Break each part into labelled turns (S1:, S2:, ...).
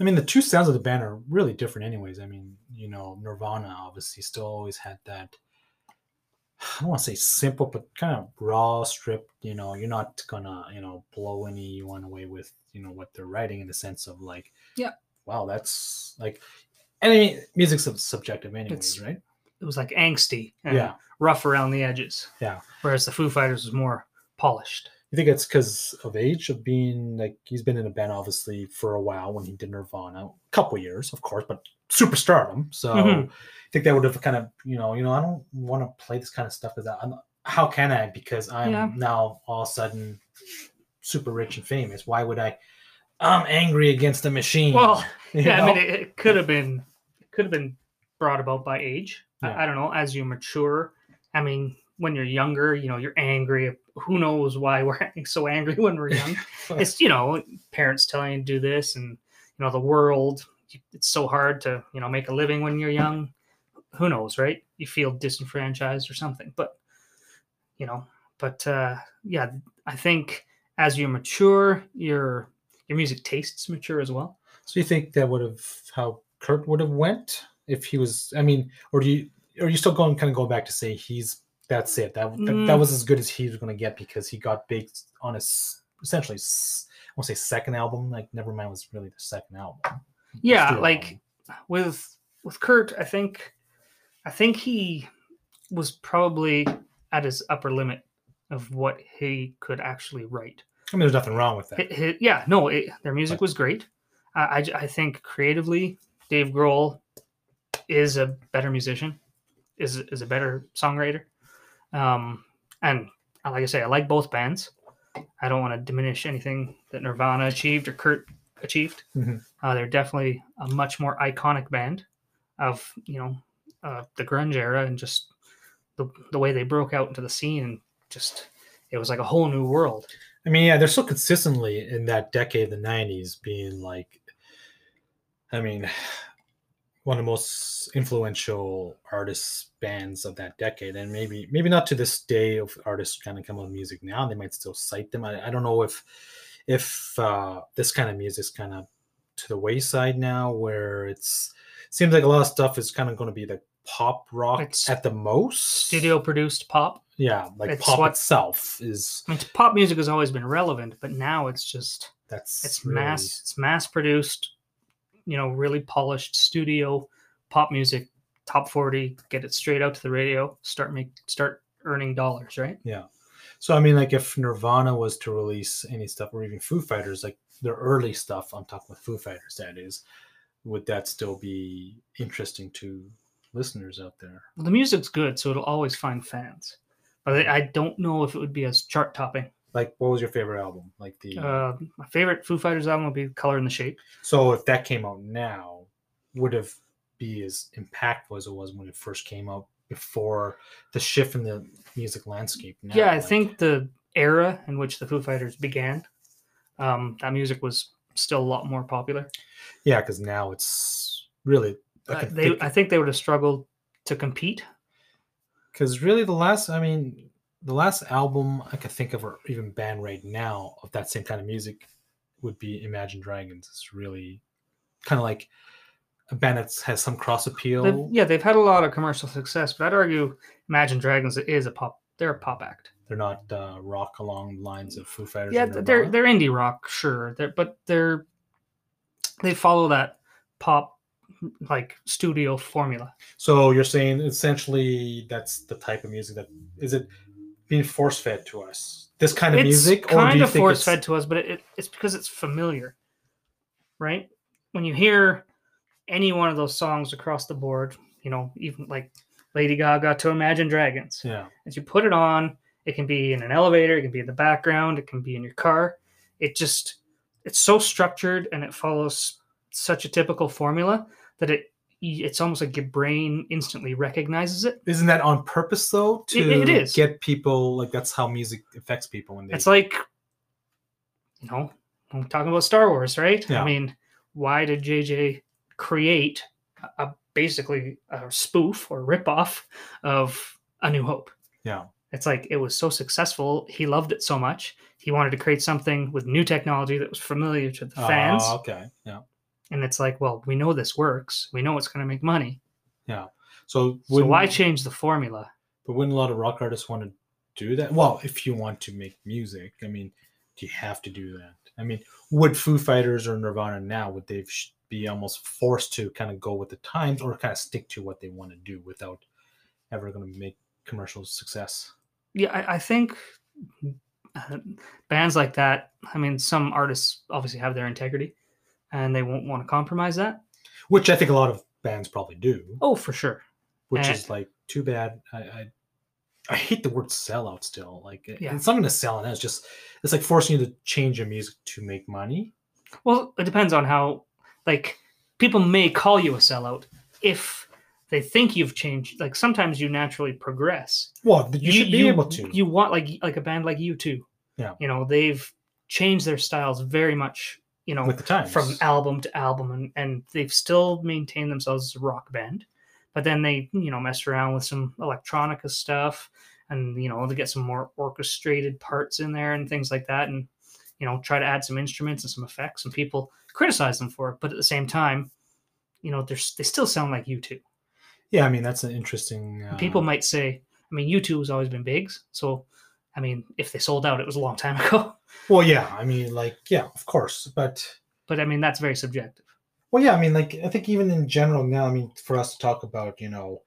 S1: I mean, the two sounds of the band are really different, anyways. I mean, you know, Nirvana obviously still always had that. I don't want to say simple, but kind of raw, stripped. You know, you're not gonna, you know, blow anyone away with, you know, what they're writing in the sense of like,
S2: Yeah.
S1: wow, that's like, any music's sub- subjective, anyways,
S2: It's-
S1: right?
S2: It was like angsty and
S1: Yeah.
S2: rough around the edges.
S1: Yeah.
S2: Whereas the Foo Fighters was more polished.
S1: You think it's because of age of being like he's been in a band obviously for a while when he did Nirvana, a couple years, of course, but superstardom. So
S2: Mhm.
S1: I think that would have kind of you know you know I don't want to play this kind of stuff because I'm how can I because I'm
S2: Yeah.
S1: now all of a sudden super rich and famous. Why would I? I'm angry against the machine.
S2: Well,
S1: you
S2: yeah, I
S1: know?
S2: mean, it, it could have been it could have been brought about by age.
S1: Yeah.
S2: I, I don't know. As you mature, I mean, when you're younger, you know, you're angry. Who knows why we're so angry when we're young? it's you know, parents telling you to do this, and you know, the world. It's so hard to you know make a living when you're young. Who knows, right? You feel disenfranchised or something, but you know, but uh, yeah, I think as you mature, your your music tastes mature as well.
S1: So you think that would have how Kurt would have went if he was? I mean, or do you are you still going kind of going back to say he's that's it that that, that
S2: Mm.
S1: was as good as he was going to get because he got big on his essentially s- I won't say second album like Nevermind was really the second album.
S2: yeah
S1: Studio
S2: like
S1: album.
S2: with with kurt i think i think he was probably at his upper limit of what he could actually write
S1: I mean, there's nothing wrong with that.
S2: Hi- hi- yeah no it, their music was great I, I j- I think creatively dave grohl is a better musician is is a better songwriter um and uh, like i say i like both bands i don't want to diminish anything that nirvana achieved or kurt achieved
S1: Mhm.
S2: uh, they're definitely a much more iconic band of you know uh, the grunge era and just the, the way they broke out into the scene and just it was like a whole new world
S1: I mean, yeah, they're so consistently in that decade, the '90s, being like, I mean, one of the most influential artists bands of that decade, and maybe maybe not to this day of artists kind of come up with music now. They might still cite them. I, I don't know if if uh, this kind of music's kind of to the wayside now, where it's seems like a lot of stuff is kind of going to be like pop rock
S2: It's
S1: at the most.
S2: studio produced pop
S1: yeah, like
S2: it's
S1: pop
S2: what-
S1: itself is
S2: I mean, pop music has always been relevant, but now it's just
S1: that's
S2: it's
S1: really-
S2: mass it's mass produced, you know, really polished studio pop music, top forty, get it straight out to the radio, start make start earning dollars, right?
S1: So I mean, like if Nirvana was to release any stuff, or even Foo Fighters, like their early stuff, I'm talking with Foo Fighters, that is, would that still be interesting to listeners out there?
S2: Well, the music's good, so it'll always find fans. But I I don't know if it would be as chart topping.
S1: Like, what was your favorite album? Like the
S2: Uh, my favorite Foo Fighters album would be Color and the Shape.
S1: so if that came out now, would have be as impactful as it was when it first came out before the shift in the music landscape. Now,
S2: yeah i
S1: like-
S2: think the era in which the foo fighters began um that music was still a lot more popular
S1: yeah, because now it's really I
S2: I,
S1: can
S2: Uh, they
S1: think-
S2: i think they would have struggled to compete
S1: because really the last i mean the last album i could think of or even band right now of that same kind of music would be imagine dragons it's really kind of like a band that has some cross appeal
S2: They've- yeah they've had a lot of commercial success but i'd argue imagine dragons is a pop they're a pop act
S1: they're not uh, rock along the lines of foo fighters
S2: yeah
S1: and
S2: th- they're
S1: Nirvana.
S2: they're indie rock sure they're, but they're they follow that pop like studio formula
S1: so you're saying essentially that's the type of music that is it being force fed to us this kind of
S2: it's
S1: music or do
S2: kind
S1: you
S2: of
S1: think
S2: force
S1: it's-
S2: fed to us, but it, it, it's because it's familiar, right? When you hear any one of those songs across the board, you know, even like Lady Gaga to Imagine Dragons,
S1: yeah
S2: as you put it on, it can be in an elevator, it can be in the background, it can be in your car. It just it's so structured and it follows such a typical formula that it it's almost like your brain instantly recognizes it.
S1: isn't that on purpose though
S2: It-
S1: to
S2: it is.
S1: get people like that's how music affects people when they
S2: It's like, you know, when we're talking about Star Wars, right?
S1: Yeah.
S2: I mean, why did JJ create a, a- basically a spoof or ripoff of A New Hope?
S1: yeah
S2: It's like it was so successful, he loved it so much, he wanted to create something with new technology that was familiar to the fans,
S1: Ah, okay. Yeah.
S2: And it's like, well, we know this works. We know it's going to make money.
S1: Yeah. So,
S2: so
S1: wouldn't-
S2: why change the formula?
S1: But wouldn't a lot of rock artists want to do that? Well, if you want to make music, I mean, do you have to do that? I mean, would Foo Fighters or Nirvana now would they sh- be almost forced to kind of go with the times or kind of stick to what they want to do without ever going to make commercial success?
S2: Yeah, I, I think uh, bands like that. I mean, some artists obviously have their integrity, and they won't want to compromise that.
S1: Which I think a lot of bands probably do.
S2: Oh, for sure.
S1: Which
S2: eh.
S1: is like too bad. I. I I hate the word sellout still. Like it-
S2: Yeah.
S1: it's not going to sell, and it's just it's like forcing you to change your music to make money.
S2: Well, it depends on how, like, people may call you a sellout if they think you've changed. Like, sometimes you naturally progress.
S1: Well, you, should be able to.
S2: You want like like a band like you too.
S1: Yeah.
S2: You know they've changed their styles very much. You know,
S1: with the times
S2: from album to album, and and they've still maintained themselves as a rock band, but then they you know messed around with some electronica stuff, and you know they get some more orchestrated parts in there and things like that, and you know try to add some instruments and some effects, and people criticize them for it, but at the same time. You know, they're, s- they still sound like U2.
S1: Yeah, I mean that's an interesting. Uh,
S2: people might say, I mean, U2 has always been bigs. So, I mean, if they sold out, it was a long time ago.
S1: Well, yeah, I mean, like, yeah, of course, but
S2: But I mean, that's very subjective.
S1: well, yeah, I mean, like, I think even in general now, I mean, for us to talk about, you know,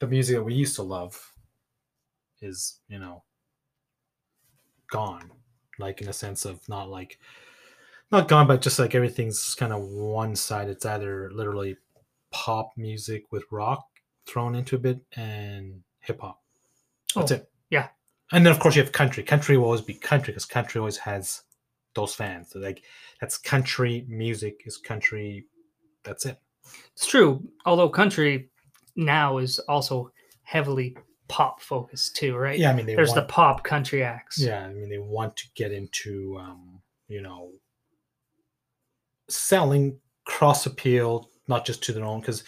S1: the music that we used to love is, you know, gone, like in a sense of not like, not gone, but just like everything's kind of one side. It's either literally pop music with rock thrown into a bit and hip hop. That's
S2: Oh,
S1: it.
S2: yeah.
S1: And then of course you have country. Country will always be country because country always has those fans. So, like that's country music is country. That's it.
S2: It's true. Although country now is also heavily pop focused too, right?
S1: Yeah, I mean they
S2: There's the
S1: want,
S2: pop country acts.
S1: yeah, I mean they want to get into um, you know selling cross appeal not just to their own because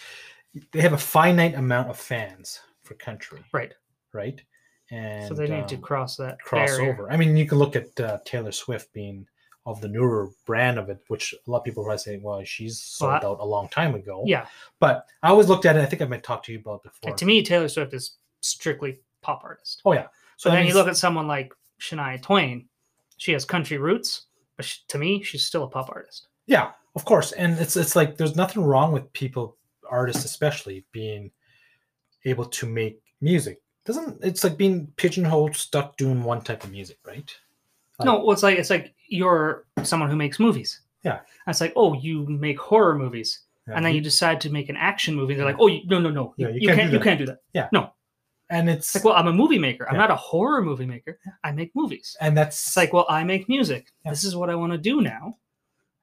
S1: they have a finite amount of fans for country.
S2: Right.
S1: Right. And
S2: so they need to
S1: um,
S2: cross that barrier.
S1: crossover. I mean, you can look at uh, Taylor Swift being of the newer brand of it, which a lot of people probably say, well, she's sold
S2: Well, I-
S1: out a long time ago.
S2: Yeah.
S1: But I always looked at it. I think I might talk to you about it before.
S2: And to me, Taylor Swift is strictly pop artist.
S1: oh, yeah.
S2: So
S1: that
S2: then you
S1: means-
S2: look at someone like Shania Twain. She has country roots, but she, to me, she's still a pop artist.
S1: Yeah, of course. And it's it's like there's nothing wrong with people, artists especially, being able to make music. Doesn't it's like being pigeonholed, stuck doing one type of music, right? Like-
S2: no, well, it's like it's like you're someone who makes movies.
S1: Yeah.
S2: And it's like, oh, you make horror movies, and then you decide to make an action movie. They're like, oh, you, no, no, no,
S1: Yeah,
S2: you, you can't, you
S1: do that.
S2: can't do that.
S1: and it's
S2: It's like, well, I'm a movie maker. I'm
S1: Yeah.
S2: not a horror movie maker. I make movies.
S1: and that's
S2: It's like, well, I make music.
S1: Yeah.
S2: This is what I want to do now.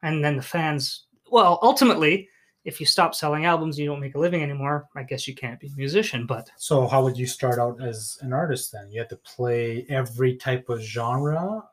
S2: And then the fans, well, ultimately, if you stop selling albums, you don't make a living anymore. I guess you can't be a musician, but
S1: So how would you start out as an artist then? You had to play every type of genre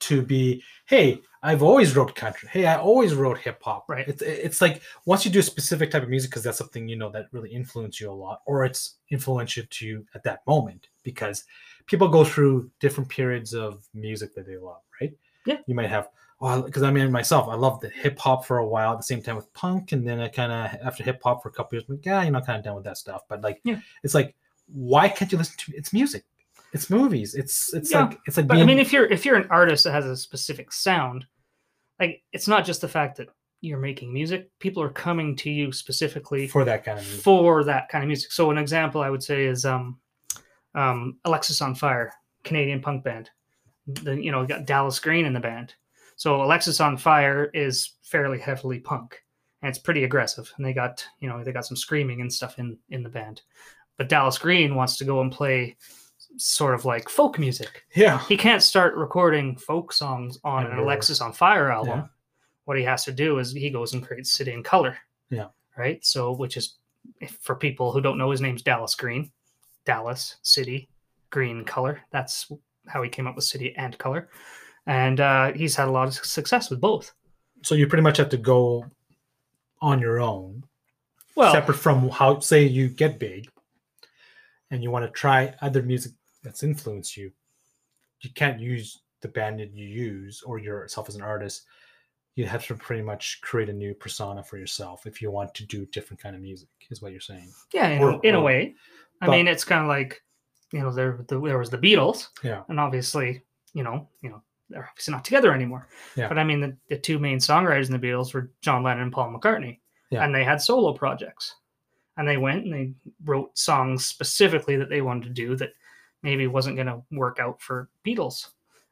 S1: to be, hey, I've always wrote country. Hey, I always wrote hip hop.
S2: Right.
S1: It's it's like once you do a specific type of music because that's something you know that really influenced you a lot, or it's influential to you at that moment because people go through different periods of music that they love, right?
S2: Yeah.
S1: You might have well, because I mean myself, I loved the hip hop for a while at the same time with punk, and then I kind of after hip hop for a couple years, I'm like, yeah, you know, kind of done with that stuff. But like,
S2: Yeah.
S1: it's like, why can't you listen to it's music, it's movies, it's it's
S2: Yeah,
S1: like it's like
S2: but I
S1: being-
S2: mean, if you're if you're an artist that has a specific sound, like it's not just the fact that you're making music. People are coming to you specifically
S1: for that kind of music.
S2: for that kind of music. So an example I would say is um, um, Alexis on Fire, Canadian punk band. The, you know, you got Dallas Green in the band. So Alexis on Fire is fairly heavily punk, and it's pretty aggressive. And they got you know they got some screaming and stuff in in the band. But Dallas Green wants to go and play sort of like folk music.
S1: yeah,
S2: He can't start recording folk songs on an
S1: Under-
S2: Alexis on Fire album
S1: Yeah.
S2: what he has to do is he goes and creates City in Color.
S1: Yeah.
S2: Right. So, which is if- for people who don't know, his name's Dallas Green. Dallas City Green Color. That's how he came up with City and Color. And uh, he's had a lot of su- success with both.
S1: so you pretty much have to go on your own,
S2: Well,
S1: separate from how say you get big, and you want to try other music that's influenced you. You can't use the band that you use or yourself as an artist you have to pretty much create a new persona for yourself if you want to do different kind of music is what you're saying
S2: Yeah, in,
S1: Or-
S2: a, in a
S1: or-
S2: way. I
S1: but-
S2: mean, it's kind of like you know there the, there was the Beatles,
S1: Yeah.
S2: and obviously you know you know they're obviously not together anymore.
S1: Yeah.
S2: But I mean, the, the two main songwriters in the Beatles were John Lennon and Paul McCartney,
S1: Yeah.
S2: and they had solo projects, and they went and they wrote songs specifically that they wanted to do that maybe wasn't going to work out for Beatles,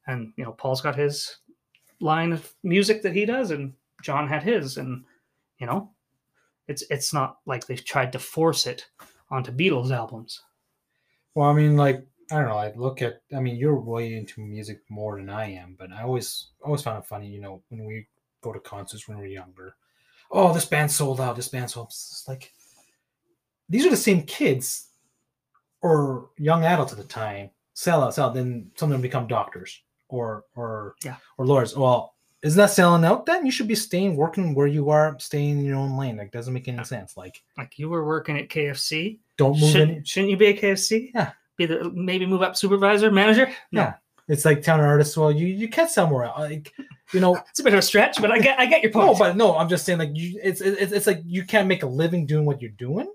S2: and you know Paul's got his line of music that he does, and John had his, and you know. It's, it's not like they've tried to force it onto Beatles albums.
S1: well i mean like i don't know i look at i mean you're way into music more than i am but i always always found it funny you know when we go to concerts when we were younger oh this band sold out this band sold out. it's like these are the same kids or young adults at the time sell out sell out then some of them become doctors or or
S2: Yeah.
S1: or lawyers well is that selling out then you should be staying working where you are staying in your own lane like doesn't make any sense like
S2: Like you were working at KFC,
S1: don't move any
S2: shouldn't, shouldn't you be a KFC?
S1: Yeah.
S2: Be the maybe move up supervisor, manager. No,
S1: Yeah. It's like telling an artist, well, you you can't sell more. Like, you know,
S2: it's a bit of a stretch, but I get I get your point.
S1: no, but no, I'm just saying, like, you, it's it's it's like you can't make a living doing what you're doing,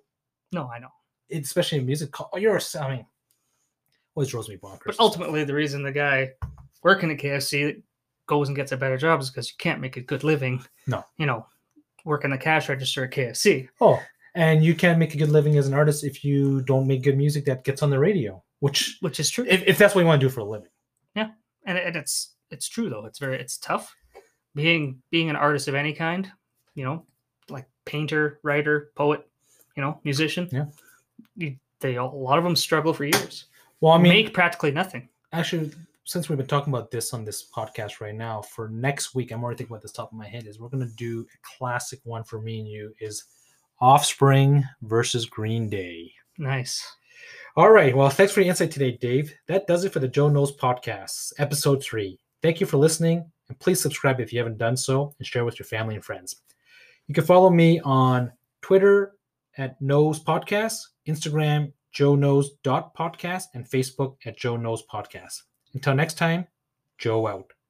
S2: no, I know.
S1: It- especially in music. co- You're, a- I mean, always throws me bonkers.
S2: But ultimately, the reason the guy working at KFC goes and gets a better job is because you can't make a good living.
S1: No.
S2: you know, working the cash register at KFC.
S1: oh, and you can't make a good living as an artist if you don't make good music that gets on the radio. Which,
S2: Which is true,
S1: if, if that's what you want to do for a living,
S2: and, and it's it's true though. It's very it's tough being being an artist of any kind. You know, like painter, writer, poet. You know, musician.
S1: Yeah.
S2: You, they all, a lot of them struggle for years.
S1: well, I mean,
S2: make practically nothing.
S1: actually since we've been talking about this on this podcast right now for next week i'm already thinking about this top of my head is we're going to do a classic one for me and you is offspring versus green day
S2: Nice.
S1: all right well thanks for your insight today dave that does it for the joe knows podcast episode 3 thank you for listening and please subscribe if you haven't done so and share with your family and friends you can follow me on twitter at knows podcast instagram joe knows podcast and facebook at joe knows podcast until next time joe out